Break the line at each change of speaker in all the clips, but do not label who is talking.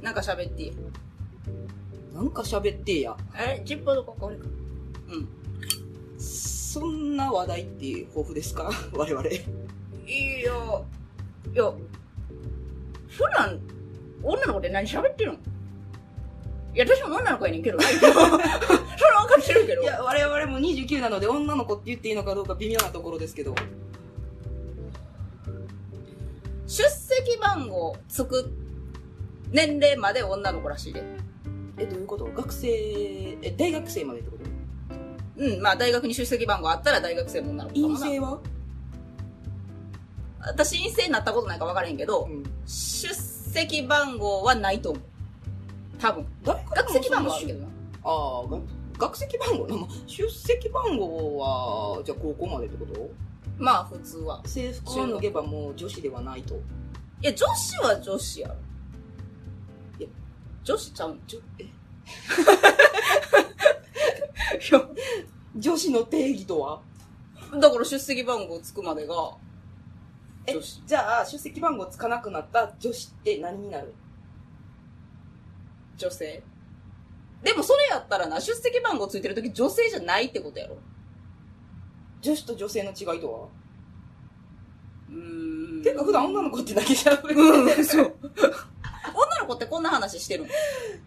なんか喋ってよ。
なんか喋ってや。
あれ ?10 分のここ俺か。
うん。そんな話題って豊富ですか 我々。
いいよ。いや、普段、女の子で何喋ってるのいや、私も女の子やねんけど、ない けどそれは分かってるけど。
いや、我々も29なので女の子って言っていいのかどうか微妙なところですけど。
出席番号つく年齢まで女の子らしいで。
え、どういうこと学生、え、大学生までってこと
うん、まあ大学に出席番号あったら大学生も女の子かも
陰
な。
性は
私陰性になったことないか分からへんけど、
ん。
出席番号はないと思う。多分。
誰か
学籍番号はあるけどな。
ああ、が学籍番号なまあ出席番号は、じゃあ高校までってこと
まあ普通は。
制服を脱げばもう女子ではないと。
いや、女子は女子やろ。いや、女子ちゃうん
じょえ
いや
女子の定義とは
だから出席番号つくまでが、
え
女子。
じゃあ、出席番号つかなくなった女子って何になる
女性。でもそれやったらな、出席番号ついてるとき女性じゃないってことやろ。
女子と女性の違いとは
うーん
ていうか、普段女の子ってだけじゃん。
うん、そう。女の子ってこんな話してるの化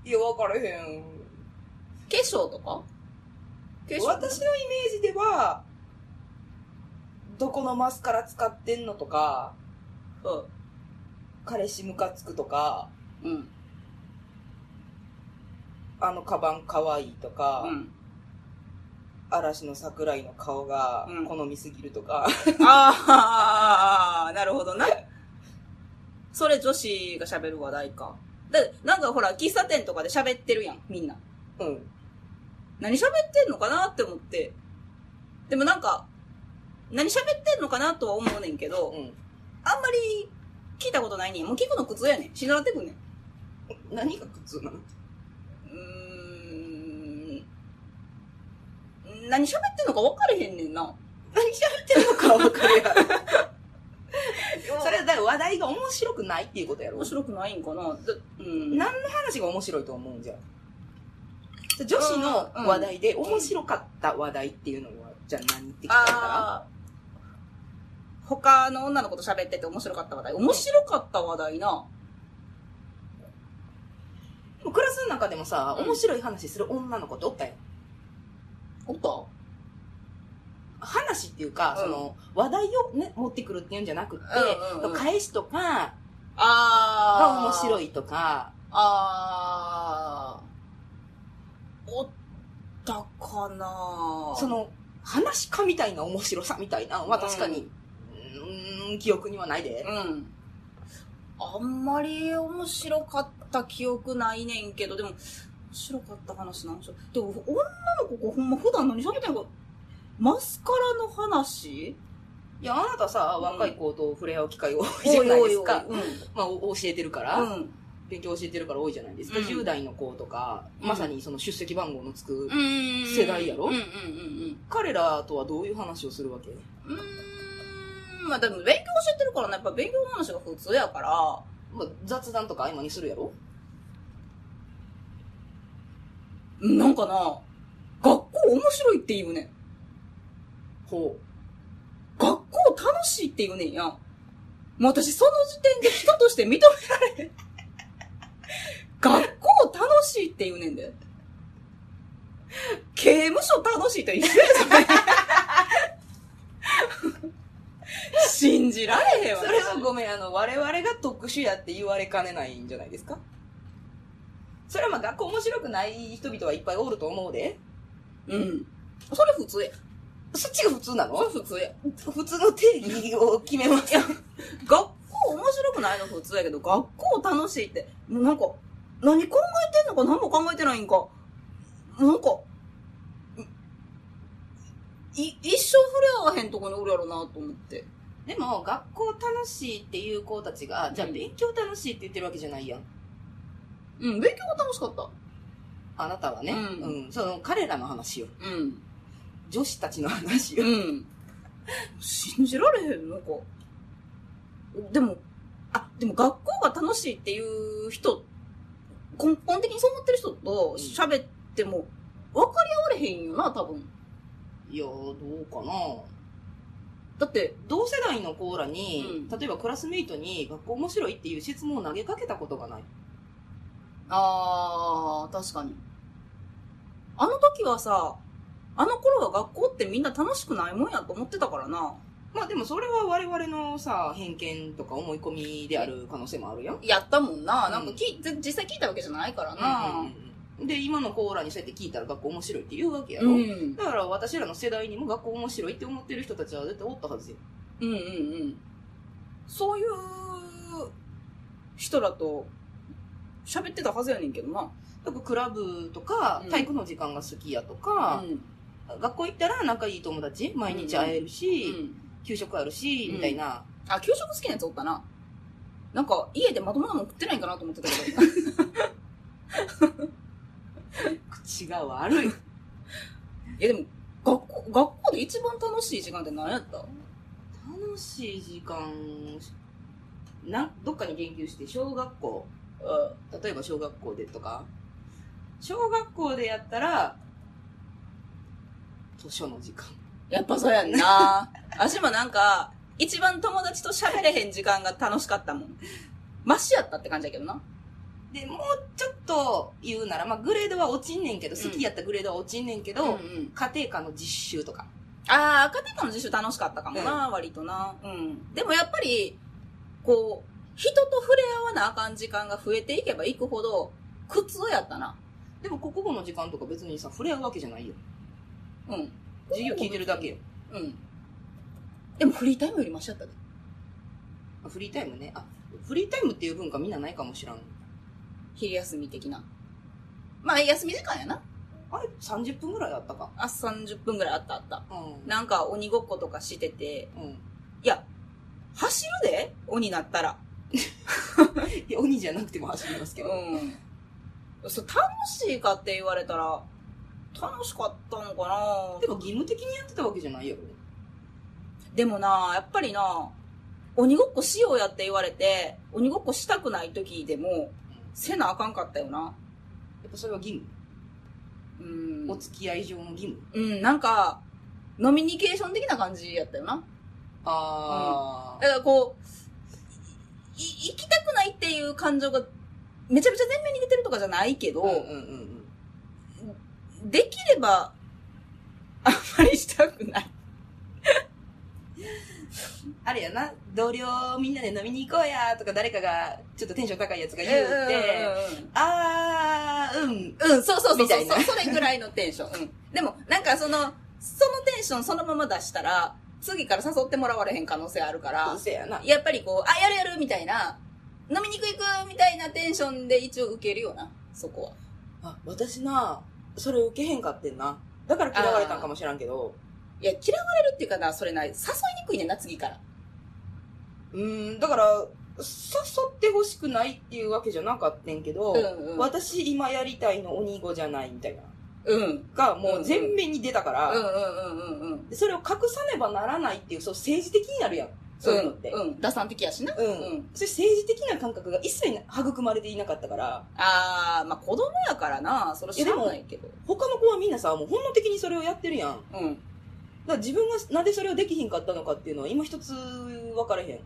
いや、分からへん。
粧とか化粧
私のイメージでは、どこのマスカラ使ってんのとか、彼氏ムカつくとか、
うん。うん。
あのカバン可愛いとか、
うん。
嵐の桜井の顔が
うん
好みすぎると か、
ああ、なるほどな。それ女子が喋る話題か。だなんかほら、喫茶店とかで喋ってるやん、みんな。
うん。
何喋ってんのかなって思って。でもなんか、何喋ってんのかなとは思うねんけど、
うん。
あんまり聞いたことないねん。もう聞くの苦痛やねん。しならってくんねん。
何が苦痛なの
うーん。何喋ってんのか分かれへんねんな。
何喋ってるのかは分か るやん。それはだから話題が面白くないっていうことやろ
面白くないんかな。だうん。
何の話が面白いと思うんじゃん女子の話題で
ん
面白かった話題っていうのは、じゃあ何って聞かれたら
ああ。他の女の子と喋ってて面白かった話題。面白かった話題な。
でもクラスの中でもさ、
うん
面白い話する女の子っておったよ
おった
話っていうか、
うん
その話題をね持ってくるっていうんじゃなくって、
うんうんうん
返しとかが
あ
面白
い。
いとか
あー。おったかな
そ、の話かみたいな面白さみたいなのは確かに、うーん記憶にはないで、
うん。あんまり面白かった記憶ないねんけど、でも、面白かった話なんでしょ。でも、女の子ほんま普段何喋ってんのか、マスカラの話
いやあなたさ
うん
若い子と触れ合う機会多いじゃないですか
おいおいおい
まあ、お教えてるか
う
ら、
ん。うん。
勉強教えてるから多いじゃないですか、
うん
10代の子とか
うん
まさにその出席番号のつく、世
世
代やろ
うんうんうん
彼らとはどういう話をするわけ
うん。うーん、まあでも勉強教えてるからね、やっぱ勉強の話が普通やから、
まあ、雑談とか合間にするやろ
うんなんかな、学校面白いって言うねん。
ほ
学校楽しいって言うねんやん。もう私その時点で人として認められへん。学校楽しいって言うねんで。刑務所楽しいと一緒やそれ 信じられへん
う
わ。
それはごめんあの我々が特殊やって言われかねないんじゃないですかそれはまあ学校面白くない人々はいっぱいおると思うで
うん。それ普通や。
そっちが普通な
それ
の
普通や。
普通の定義を決めます
学校面白くないの普通やけど、学校楽しいって、もうなんか、何考えてんのか何も考えてないんか、なんか、い、い一生触れ合わへんとこにおるやろなと思って。
でも学校楽しいっていう子たちがじゃあ
うん
勉強楽しいって言ってるわけじゃないやん
うん、勉強が楽しかった。
あなたはね、
う
うん、その彼らの話よ
うん。
女子たちの話
う
よ。
ん。信じられへん、なんか。でも、あ、でも学校が楽しいっていう人根本的にそう思ってる人と喋っても分かり合われへんよな、多分。
いやー、どうかな。
だって、
同世代の子らに、
う
例えばクラスメイトに学校面白いっていう質問を投げかけたことがない。
あー、確かに。あの時はさ、あの頃は学校ってみんな楽しくないもんやと思ってたからな。
まあでもそれは我々のさ、偏見とか思い込みである可能性もあるやん。
やったもんな。
うん
なんかき、ぜ実際聞いたわけじゃないから
うん
な。
うんうんで、今の子らにそうやって聞いたら学校面白いって言うわけや
う
ろ。
ん。うん
だから私らの世代にも学校面白いって思ってる人たちは絶対おったはずや。
うんうん。そういう人らと喋ってたはずやねんけどな。
だからクラブとか
うん、
体育の時間が好きやとか、
うん。
学校行ったら仲いい友達、毎日会えるし、
うん
給食あるし、
うん
みたいな。
あ、給食好きなやつおったな。なんか、家でまともなもん食ってないんかなと思ってたけ ど。
口が悪い。
え、でも、学校、学校で一番楽しい時間って何やった
楽しい時間などっかに言及して小学校例えば小学校でとか小学校でやったら図書の時間
やっぱそうやんな。 私もなんか、一番友達と喋れへん時間が楽しかったもん。マシやったって感じやけどな。
でもうちょっと言うなら、まあ、グレードは落ちんねんけど
うん
好きやったグレードは落ちんねんけど、
ん。
家庭科の実習とか
あー、家庭科の実習楽しかったかもな、割とな。うん。でもやっぱり、こう、人と触れ合わなあかん時間が増えていけばいくほど、苦痛やったな。
でも国語の時間とか別にさ触れ合うわけじゃないよ
うん。
授業聞いてるだけよ
うん。でもフリータイムよりマシやったで。
あフリータイムねあフリータイムっていう文化みんなないかもしらん
昼休み的な。まあ、休み時間やな。
あれ30分ぐらいあったか
あ、30分ぐらいあったあった。
うん
なんか鬼ごっことかしてて、
うん
いや、走るで鬼なったら。
いや鬼じゃなくても走りますけど、
うん。そう、楽しいかって言われたら、楽しかったのかな
でも義務的にやってたわけじゃないよ
でもな、やっぱりな、鬼ごっこしようやって言われて、鬼ごっこしたくない時でも、せなあかんかったよな。
やっぱそれは義務、
うん。
お付き合い上の義務
うん、なんか、ノミニケーション的な感じやったよな。
あ
だからこう、いい行きたくないっていう感情がめちゃめちゃ前面に出てるとかじゃないけど、
うんうんうんうん
できれば、あんまりしたくない。
あれやな同僚みんなで飲みに行こうやとか誰かがちょっとテンション高いやつが言うって、あーうん
うん、うん、そうそうそう
みた
そ
いう
そ
な
う、それぐらいのテンション。うん、でも、なんかその、そのテンションそのまま出したら、次から誘ってもらわれへん可能性あるから、
せやな
やっぱりこう、あ、やるやるみたいな、飲みに行く行くみたいなテンションで一応受けるよな、そこは。
あ私なそれ受けへんかってんなだから嫌われたんかもしらんけど
いや、嫌われるっていうかな、それな、誘いにくいねんな、次から。
うーんだから誘ってほしくないっていうわけじゃなかったんけど、
うんうん。
私今やりたいの鬼子じゃないみたいな
うん。うん
がもう全面に出たから、
うんうんうんうん。
でそれを隠さねばならないっていうそう政治的になるやんそういうのって、
うん。打算的やしな。
うん
うん
それ政治的な感覚が一切育まれていなかったから
あー、まあ子供やからな、それ知らないけど。
他の子はみんなさもう本能的にそれをやってるやんだか
うん。
ら自分がなぜそれをできひんかったのかっていうのは今一つ分からへん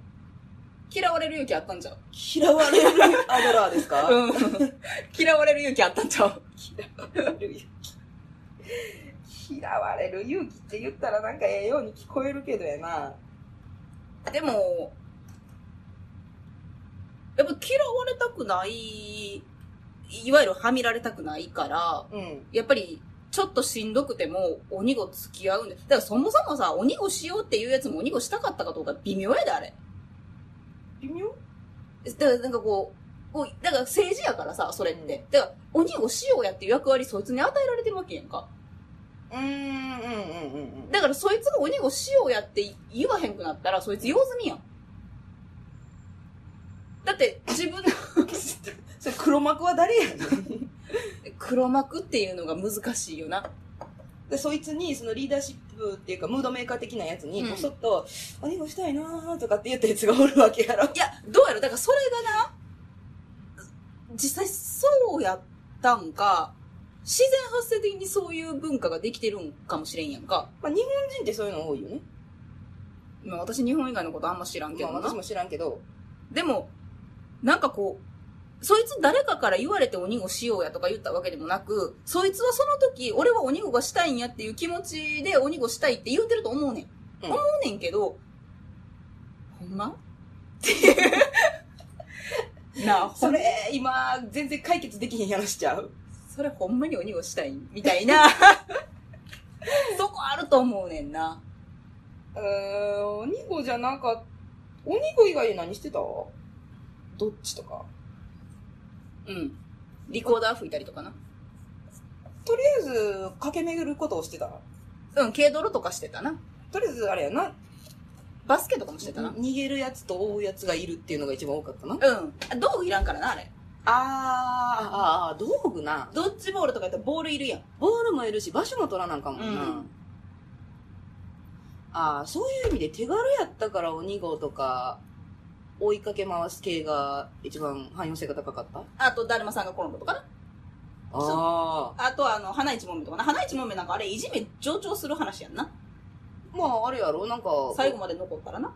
嫌われる勇気あったんちゃう
嫌われるアドラーですか、
うん。嫌われる勇気あったんちゃう
嫌われる勇気嫌われる勇気って言ったらなんかええように聞こえるけどやな
でも、やっぱ嫌われたくない、いわゆるはみられたくないから、
うん
やっぱり、ちょっとしんどくても、鬼子付き合うんで。だからそもそもさ、鬼子しようっていうやつも鬼子したかったかどうか微妙やで、あれ。
微妙
だからなんかこう、こうだから政治やからさ、それって。
う
だから、鬼をしようやっていう役割そいつに与えられてるわけやんか。
うーんうんうんうん うん
だからそいつが鬼をしようやって言わへんくなったら、そいつ用済みやん。だって、自分の
それ黒幕は誰やねん
黒幕っていうのが難しいよな。
でそいつにそのリーダーシップっていうかムードメーカー的なやつに
うん
こそっと「鬼、う、したいな」とかって言ったやつがおるわけやろ
いや、どうやろだからそれがな、実際そうやったんか、自然発生的にそういう文化ができてるんかもしれんやんか。
まあ、日本人ってそういうの多いよね。
まあ私日本以外のことあんま知らんけ
ま
ど
あ、
な。
私も知らんけど、
でも、なんかこう、そいつ誰かから言われて鬼をしようやとか言ったわけでもなく、そいつはその時、俺は鬼をがしたいんやっていう気持ちで鬼をしたいって言うてると思うねん。
うん
思うねんけど、ほんまっていう。なあ、
そ
それ、
れ、今、全然解決できへん話しちゃう。
それほんまに鬼をしたいみたいな。 そこあると思うねんな。
うーん、鬼子じゃなかっ鬼子以外で何してたどっちとか。
うん。リコーダー吹いたりとかな。
とりあえず、駆け巡ることをしてた。
うん、軽泥とかしてたな。
とりあえず、あれやな、
バスケとかもしてたな。
逃げるやつと追うやつがいるっていうのが一番多かったな。
うん。道具いらんからな、あれ。
あー、あー、道具な。
ドッジボールとかやったらボールいるやん。
ボールもいるし、場所も取らなんかもな。
うん
あー、そういう意味で手軽やったから鬼子とか、追いかけ回す系が一番汎用性が高かった
あと、だるまさんが転んだとかな。
あ
あとは、あの、花一もめとかな。花一もめなんかあれ、いじめ上長する話やんな。
ー。まあ、あれやろなんか、
最後まで残ったらな。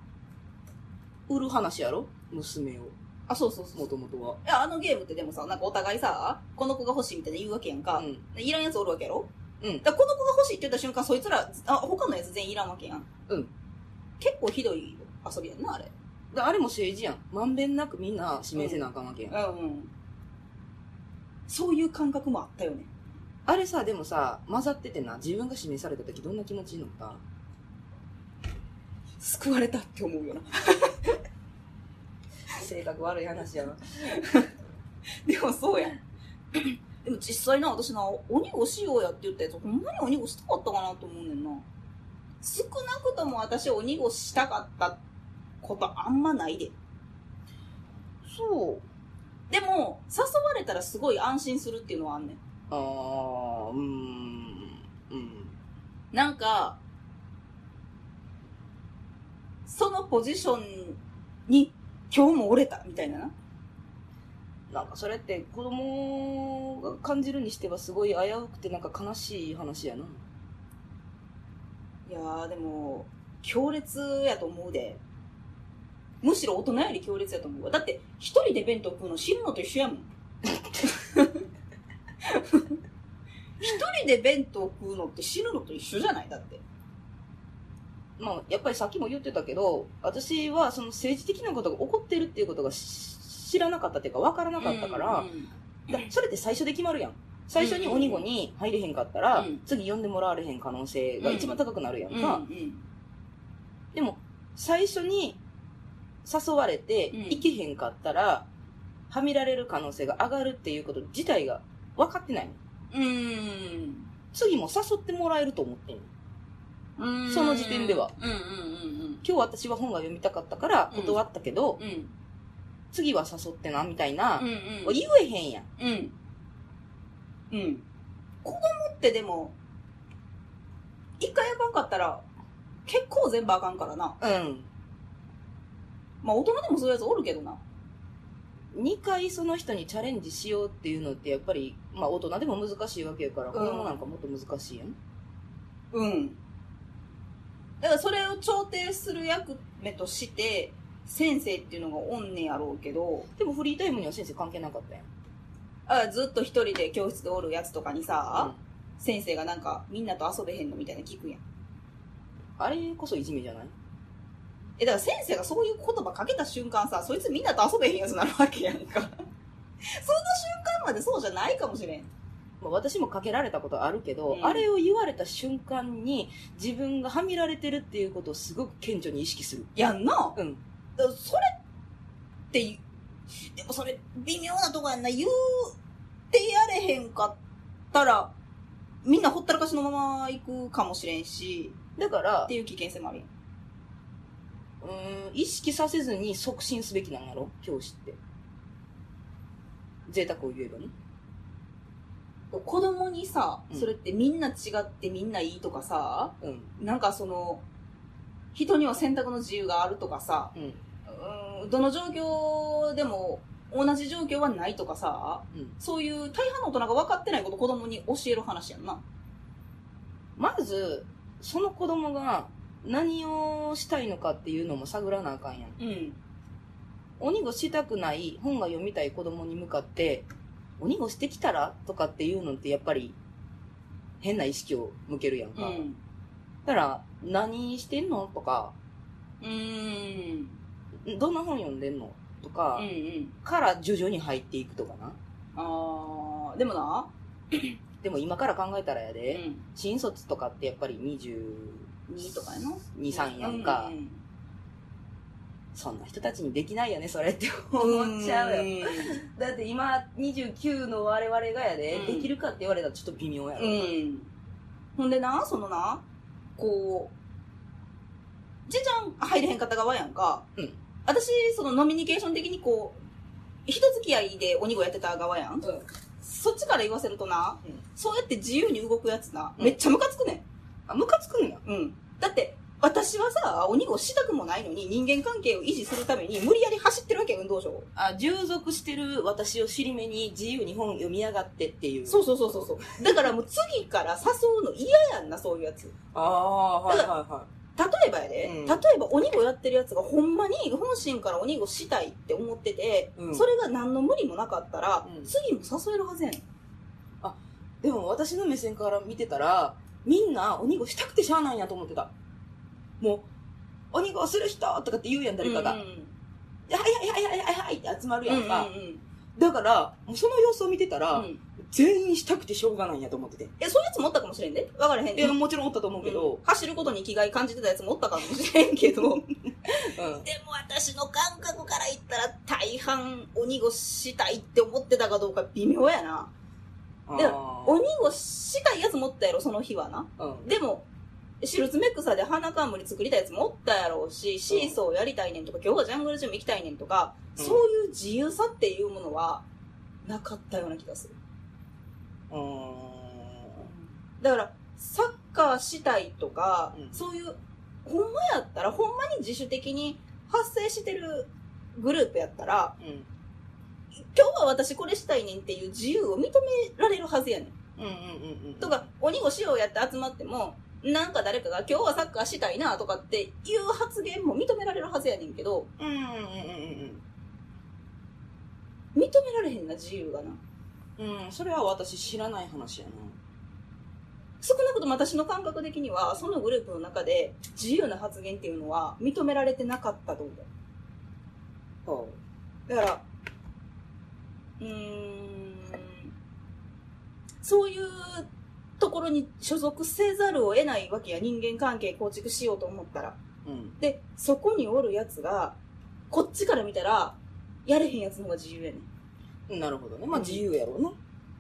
売る話やろ娘を。
あ、そうそう
も。ともとは。
いや、あのゲームってでもさ、なんかお互いさ、この子が欲しいみたいな言うわけやんか。
うん。
でいらんやつおるわけやろ
うん
だからこの子が欲しいって言った瞬間、そいつら、あ、他のやつ全員いらんわけやん。
うん。
結構ひどい遊びやんな、あれ。
で、あれも政治やん。まんべんなくみんな指名せなあかんわけやん。
うんうん。そういう感覚もあったよね。
あれさ、でもさ、混ざっててな、自分が指名された時どんな気持ちにな った
救われたって思うよな。
性格悪い話やな。
でもそうやん。でも実際な、私な、鬼をしようやって言ったやつ、ほんまに鬼をしたかったかなと思うねんな。少なくとも私鬼をしたかったことあんまないで。
そう。
でも、誘われたらすごい安心するっていうのはあんねん。
あー、うーん。うん。
なんか、そのポジションに今日も折れたみたいなな。
なんかそれって子供が感じるにしてはすごい危うくてなんか悲しい話やな。
いやーでも強烈やと思うでむしろ大人より強烈やと思うわだって一人で弁当食うの死ぬのと一緒やもん一人で弁当食うのって死ぬのと一緒じゃないだって
まあ、やっぱりさっきも言ってたけど、私はその政治的なことが起こってるっていうことがし知らなかったっていうか分からなかったから、だそれって最初で決まるやん最初に鬼子に入れへんかったら、
うん
次呼んでもらわれへん可能性が一番高くなるやん
うん
か、でも最初に誘われて
うん
行けへんかったら、はみられる可能性が上がるっていうこと自体が分かってないの
うん
次も誘ってもらえると思ってんの
うん
その時点では
うんうんうん
今日私は本が読みたかったから
うん
断ったけど、
うんうん
次は誘ってなみたいな、
うんうん
言えへんやん
うん。うん。子供ってでも、一回あかんかったら、結構全部あかんからな。
うん
まあ大人でもそういうやつおるけどな。
2回その人にチャレンジしようっていうのってやっぱり、まあ、大人でも難しいわけやから、
ん
子供なんかもっと難しいやん
うん。だからそれを調停する役目として、先生っていうのがおんねやろうけど、
でもフリータイムには先生関係なかったやん
あずっと一人で教室でおるやつとかにさ、先生がなんかみんなと遊べへんのみたいな聞くやん。
あれこそいじめじゃない
え、だから先生がそういう言葉かけた瞬間さ、そいつみんなと遊べへんやつになるわけやんか。その瞬間までそうじゃないかもしれん。
まあ私もかけられたことあるけど、
うん
あれを言われた瞬間に自分がはみられてるっていうことをすごく顕著に意識する
やんな。
うん
だからそれってい、でもそれ微妙なとこやんな。言うてやれへんかったら、みんなほったらかしのまま行くかもしれんし、
だから
っていう危険性もあるやん。
うーん意識させずに促進すべきなんやろ教師って贅沢を言えばね
子供にさ、
うん
それってみんな違ってみんないいとかさ、
うん
なんかその、人には選択の自由があるとかさ、
うん
うーんどの状況でも同じ状況はないとかさ、
うん
そういう大半の大人が分かってないこと子供に教える話やんな。
まず、その子供が何をしたいのかっていうのも探らなあかんやん。
うん。
鬼ごしたくない本が読みたい子供に向かって、鬼ごしてきたらとかっていうのってやっぱり変な意識を向けるやん
う
か。
ん。
だから、何してんのとか、
うーん。
どんな本読んでんのとか
うん、うん。
から徐々に入っていくとかな。
あー、でもな、
でも今から考えたらや
う
で、
ん。
新卒とかってやっぱり20、
2とかやな。
2、3やんか、
うん
そんな人たちにできないよね、それって思っちゃうよ。
ん
だって今29の我々がやで、
うん
できるかって言われたらちょっと微妙やろ。
うん。ほんでな、そのな、こう、じいちゃん入れへんかった側やんか。
うん
私、そのノミニケーション的にこう、人付き合いで鬼子やってた側やん。
うん
そっちから言わせるとな、
うん
そうやって自由に動くやつな、
うん
めっちゃムカつくね
あ、ムカつくんや。
ん。うん。だって、私はさ、鬼子したくもないのに人間関係を維持するために無理やり走ってるわけよ、運動場を。
あ、従属してる私を尻目に自由に本読みやがってっていう。
そうそうそうそうそう。だからもう次から誘うの嫌やんな、そういうやつ。
ああ、はいはいは
例えばやで、
うん
例えば鬼子やってるやつがほんまに本心から鬼子したいって思ってて、
うん
それが何の無理もなかったら、
うん
次も誘えるはずやねん。
い。でも私の目線から見てたら、みんな鬼ごしたくてしゃあないんやと思ってた。もう、鬼ごする人とかって言うやん、誰かが。
うん
はいはいはいはいはいはいって集まる
うん
や
うんん
か。
うんうん
だから、もうその様子を見てたら、
うん
全員したくてしょうがないんやと思ってて。
え、そういうやつもおったかもしれんで。わからへん
い
で。
や、もちろんおったと思うけ
う
ど
ん、走ることに生きがい感じてたやつもおったかもしれんけど でも
うん。
私の感覚から言ったら大半鬼子したいって思ってたかどうか微妙やなで
あー
鬼子したいやつもおったやろその日はな
うん
でも、シルツメックサで花冠作りたいやつもおったやろうし、シーソーやりたいねんとか、今日はジャングルジム行きたいねんとか、
うん
そういう自由さっていうものは、なかったような気がする。
うー
だから、サッカーしたいとか、
うん
そういう、ほんまやったら、ほんまに自主的に発生してるグループやったら、
ん。うん。
今日は私これしたいねんっていう自由を認められるはずやねん。
うんうんうんうん。
とか、鬼ごしようやって集まっても、なんか誰かが今日はサッカーしたいなとかっていう発言も認められるはずやねんけど、
うんうんうんうん
認められへんな、自由がな。
うん。うん、それは私知らない話やな。
少なくとも私の感覚的には、そのグループの中で自由な発言っていうのは認められてなかったと思う。
ほ
だから、うーん、そういうところに所属せざるを得ないわけや、人間関係構築しようと思ったら。
う。うん。
で、そこにおるやつが、こっちから見たら、やれへんやつの方が自由やねん。
なるほどね。まあ自由やろうな。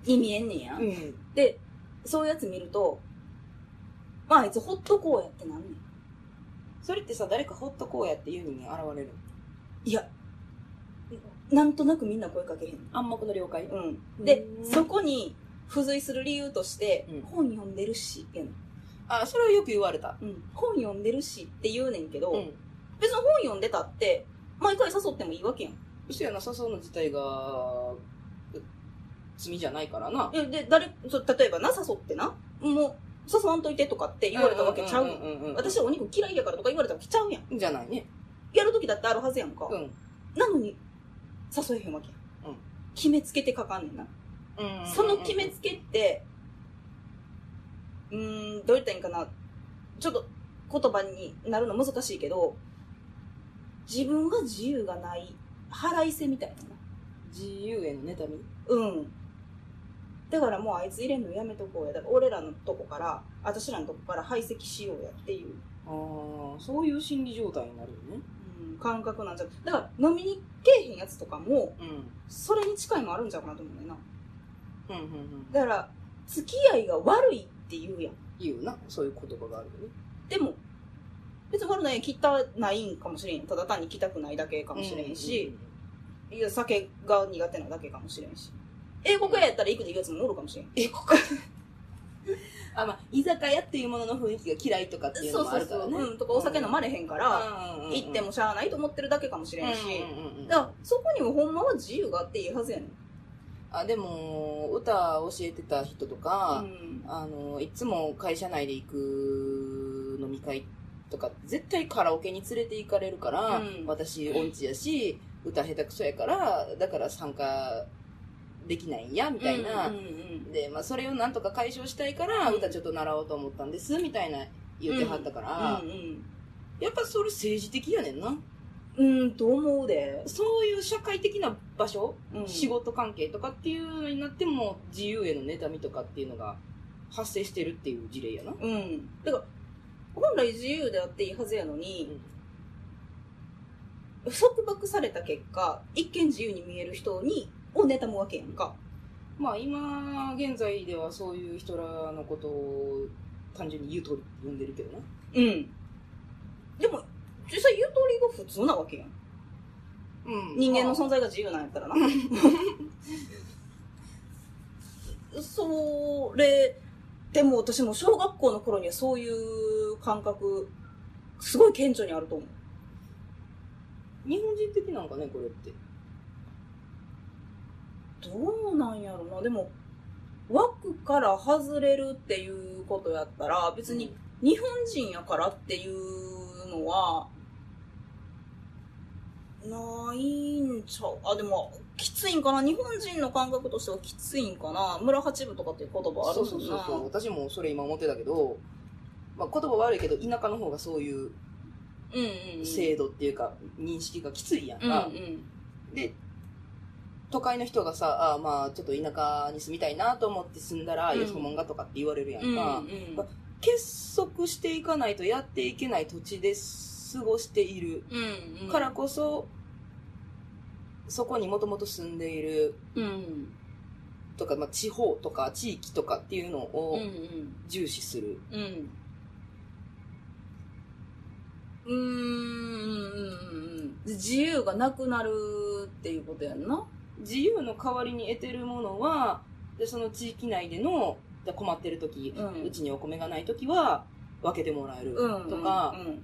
意味えんねんや。
うん。
で、そういうやつ見ると、まああいつほっとこうやってなんねん。
それってさ、誰かほっとこうやっていう人間現れる。
いや、なんとなくみんな声かけへん。
暗黙の了解
うん。で、
うん
そこに付随する理由として、
うん
本読んでるし、やねん。
あ、それをよく言われた。
うん。本読んでるしって言うねんけど、
うん。
別に本読んでたって、毎回誘ってもいいわけやん。
嘘やな、誘うの自体が、罪じゃないからな。
えで、誰、そう例えばな、誘ってな、もう、誘わんといてとかって言われたわけちゃうやん。
んん
私お肉嫌いやからとか言われたわけちゃうやん。
じゃないね。
やるときだってあるはずやんか。
うん。
なのに、誘えへんわけやん。
うん
決めつけてかかんねんな。
うん
その決めつけって、うーん、どう言ったらいいんかな。ちょっと言葉になるの難しいけど、自分が自由がない腹いせみたいなな。
自由への妬み
うん。だからもうあいつ入れんのやめとこうや。だから俺らのとこから、私らのとこから排斥しようやっていう、
ああそういう心理状態になるよね
うん、感覚なんじゃう。だから飲みにけえへんやつとかも、
うん
それに近いもあるんじゃうかなと思うねんな。
うんうんうん
だから、付き合いが悪いって言うやん。
言うなそういう言葉があるよね
でも、別に悪ない着たないんかもしれん。ただ単に着たくないだけかもしれんし、いや酒が苦手なだけかもしれんし。英語系やったら行くで言うやつもおるかもしれん。
えここあ、まあ、居酒屋っていうものの雰囲気が嫌いとかっていう
そ
の
う
も
そ
あ
う
るか
そ
ら
う、
ね。
うん、とかお酒飲まれへんから、行
行
ってもしゃあないと思ってるだけかもしれんし、だ
だ
からそこにもほんまは自由があっていいはずやねん、
あでも歌教えてた人とか、
ん、
あのいつも会社内で行く飲み会とか絶対カラオケに連れて行かれるから、
うん
私音痴やし歌下手くそやからだから参加できないんやみたいな、
うんうんうん
で、まあ、それをなんとか解消したいから、
うん
歌ちょっと習おうと思ったんですみたいな言ってはったから、
うん
やっぱそれ政治的やねんな
うん、うん、と思うで、
そういう社会的な場所
うん
仕事関係とかっていうのになっても自由への妬みとかっていうのが発生してるっていう事例やな、
うんだから本来自由であっていいはずやのに、束縛された結果一見自由に見える人にを妬むわけやんか
まあ今現在ではそういう人らのことを単純に言う通りって呼んでるけどな
うんでも実際言う通りが普通なわけやん
うん
人間の
そ
存在が自由なんやったらなそれでも私も小学校の頃にはそういう感覚すごい顕著にあると思う
日本人的なんかねこれって
どうなんやろなでも枠から外れるっていうことやったら別に日本人やからっていうのはないんちゃうあでもきついんかな日本人の感覚としてはきついんかな村八分とかっていう言葉ある
そ
も
う
な
んそうそうそう私もそれ今思ってたけど、まあ、言葉悪いけど田舎の方がそういう
うんうんうん
制度っていうか認識がきついやん
うんう
か、
ん
で都会の人がさあーまあちょっと田舎に住みたいなと思って住んだら、
うん
よそもんがとかって言われるやん
う
か、
ん
結束していかないとやっていけない土地で過ごしている
うんうん
からこそ、そこにもともと住んでいる
うんうん
とか、まあ、地方とか地域とかっていうの
う
を
ん
重視する、
うんうーん自由がなくなるっていうことやんな
自由の代わりに得てるものはでその地域内でのじゃあ困ってる時、
うん
うちにお米がない時は分けてもらえるとか、
うん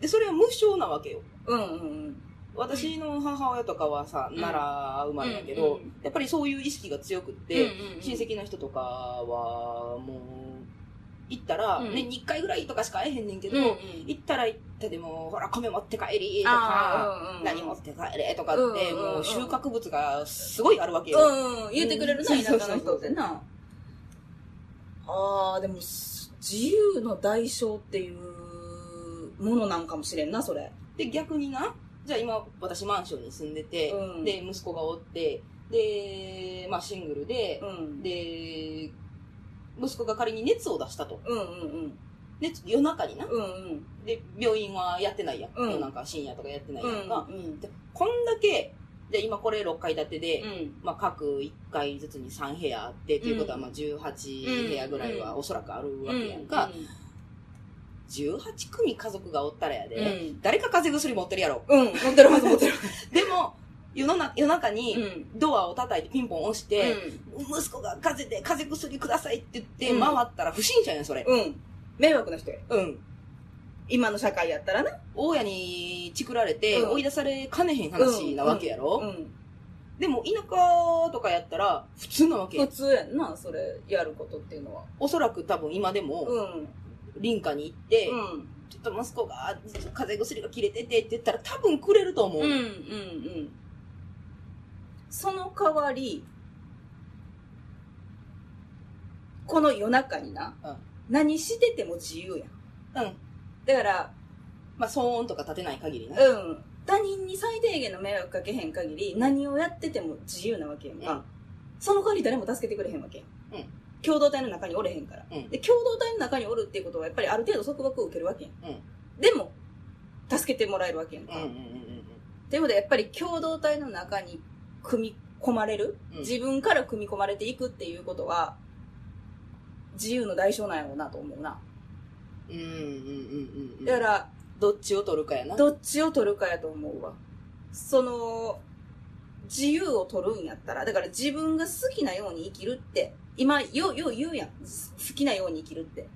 でそれは無償なわけよ
うんうん
私の母親とかはさ、
うん
奈良生まれだけ
うん
ど、
うん
やっぱりそういう意識が強くって、親戚の人とかはもう行ったら、
うん
年に1回ぐらいとかしか会えへんねんけど、
うん
行ったら行ったでもほら米持って帰りとか、
あーうん
何持って帰れとかって、
うんうんうん
もう収穫物がすごいあるわけよ、
うんうん言ってくれるな
うん
田舎の人ってなあーでもす自由の代償っていうものなんかもしれんなそれ
で逆になじゃあ今私マンションに住んでて、
うん
で息子がおってで、まあ、シングルで
う、ん
で息子が仮に熱を出したと
うんうんうん
熱夜中にな
うんうん
で病院はやってないやん、
うん
夜中深夜とかやってないや
うんん
か、
うん
でこんだけで今これ6階建てで、
うん
まあ、各1階ずつに3部屋あってっていうことは
うん
まあ18部屋ぐらいはおそらくあるわけやんか、18組家族がおったらやで、
うん
誰か風邪薬持って るやろ
うん、持ってるはず持ってる。
でも世の中夜中に
ん。
ドアを叩いてピンポン押して、
で、
息子が風邪で風邪薬くださいって言っ
うん
て回ったら不審者やんそれ
うん。迷惑な人や。
うん
今の社会やったらな。
大家にチクられて
うん
追い出されかねへん話なわけやろ、
ん。
でも田舎とかやったら普通なわけ
普
よ
通やんな、それ、やることっていうのは。
おそらく多分今でも
ん。
林家に行って、
うん。
ちょっと息子が風邪薬が切れててって言ったら多分くれると思う、
うん、うん、うん。その代わり、この夜中にな、
うん
何してても自由やん。だから、
まあ騒音とか立てない限りな、
うん。他人に最低限の迷惑かけへん限り、何をやってても自由なわけやんか。
うん
その代わり誰も助けてくれへんわけやん。
うん
共同体の中におれへんから。
うん
で、共同体の中におるっていうことは、やっぱりある程度束縛を受けるわけやん。
うん
でも、助けてもらえるわけやんか。
うんうんうん
ということで、やっぱり共同体の中に組み込まれる、
うん
自分から組み込まれていくっていうことは、自由の代償なんやろうなと思うな。
うんうんうんうんうん
だから、
どっちを取るかやな
どっちを取るかやと思うわ。その、自由を取るんやったら、だから自分が好きなように生きるって、今、よ、よう言うやん。す好きなように生きるって。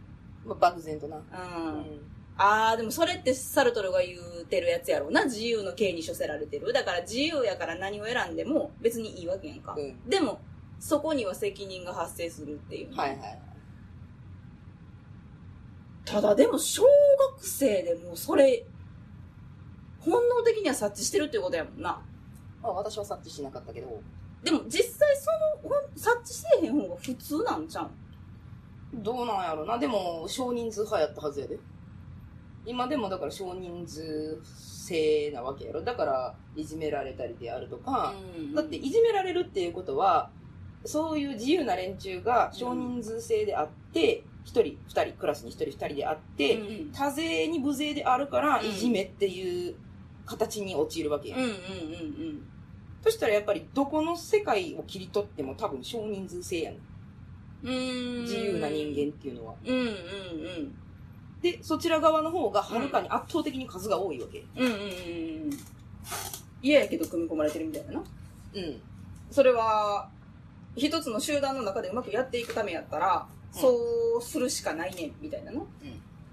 まあ、漠然とな。
う。
うんん。
ああ、でもそれってサルトルが言うてるやつやろうな。自由の刑に処せられてる。だから自由やから何を選んでも別にいいわけやんか。
うん
でも、そこには責任が発生するっていう。
はいはい。
ただでも小学生でもうそれ、本能的には察知してるっていうことやもんな。
まあ、私は察知しなかったけど、
でも実際そのほん察知せえへん方が普通なんじゃん。
どうなんやろな。でも、少人数派やったはずやで。今でもだから少人数制なわけやろ。だから、いじめられたりであるとか、だって、いじめられるっていうことは、そういう自由な連中が少人数制であって、一、人、二人、クラスに一人、二人であって、
うんうん
多勢に無勢であるから、
うん
いじめっていう形に陥るわけや、
うん
ん。
うんうん
そしたらやっぱり、どこの世界を切り取っても多分少人数制やん。
うん。うーん
自由な人間っていうのは。
うんうん
で、そちら側の方がはるかに圧倒的に数が多いわけ。
うん。うんうんうん。嫌やけど組み込まれてるみたいなな。
うん。
それは、一つの集団の中でうまくやっていくためやったら、
うん
そうするしかないねん、みたいなの。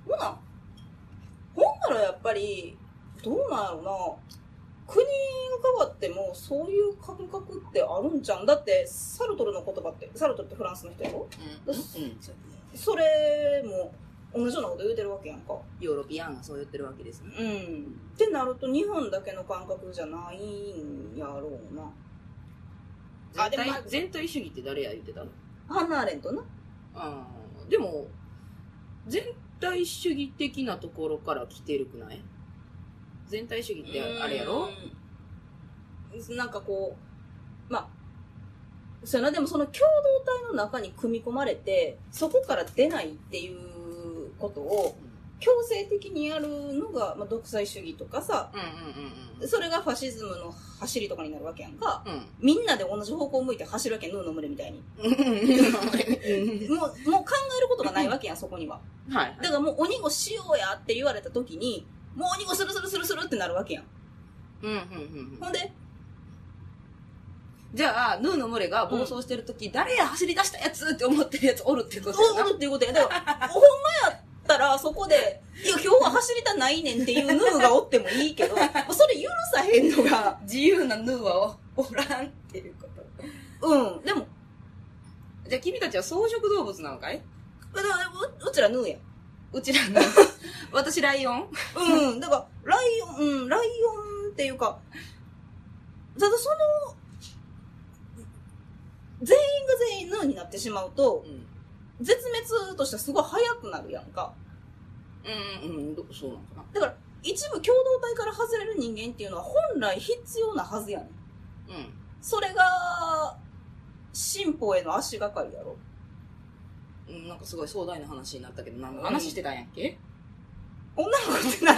ほな、ほんならやっぱり、どうなんやろな。国が変わっても、そういう感覚ってあるんじゃん。だって、サルトルの言葉って、サルトルってフランスの人やろ
うん。
それも、同じようなこと言うてるわけやんか。
ヨーロピアンがそう言ってるわけですね。
うん。ってなると、日本だけの感覚じゃないんやろうな。あ
あ、
で
で
も
も、全体主義って誰や言ってたの
ハンナ・アレントな。
うん。でも、全体主義的なところから来てるくない全体主義ってあれやろ
うんなんかこう、まあ、そうやな、でもその共同体の中に組み込まれて、そこから出ないっていうことを強制的にやるのが、まあ、独裁主義とかさ、
うんうん
それがファシズムの走りとかになるわけやんか。
うんうん。
みんなで同じ方向を向いて走るわけやん、ヌーの群れみたいに。
うん。
もう、もう考えることがないわけやん、そこには。
はい。
だからもう鬼ごしようやって言われた時に、もう鬼ごするするするするってなるわけやん。
うんうんうん
ほんで、
じゃあ、ヌーの群れが暴走してるとき、誰や走り出したやつって思ってるやつおるってことやな
おるっていうことや。だから、ほんまやったら、そこで、いや、今日は走りたないねんっていうヌーがおってもいい けど、もうそれ許さへんのが、
自由なヌーはおおらんっていうこと。
うん。でも、
じゃあ君たちは草食動物なのかい
だからううちらヌーや。
うちらの。 私ライオン
うん。だから、ライオン、うん、ライオンっていうか、ただその、全員が全員ヌーになってしまうと、絶滅としてはすごい早くなるやんか。
うんうんうん、どそうなのかな。
だから、一部共同体から外れる人間っていうのは本来必要なはずやねん。それが、進歩への足がかりやろ。
うん。なんかすごい壮大な話になったけど、何の話してたんやっけ
女の子って何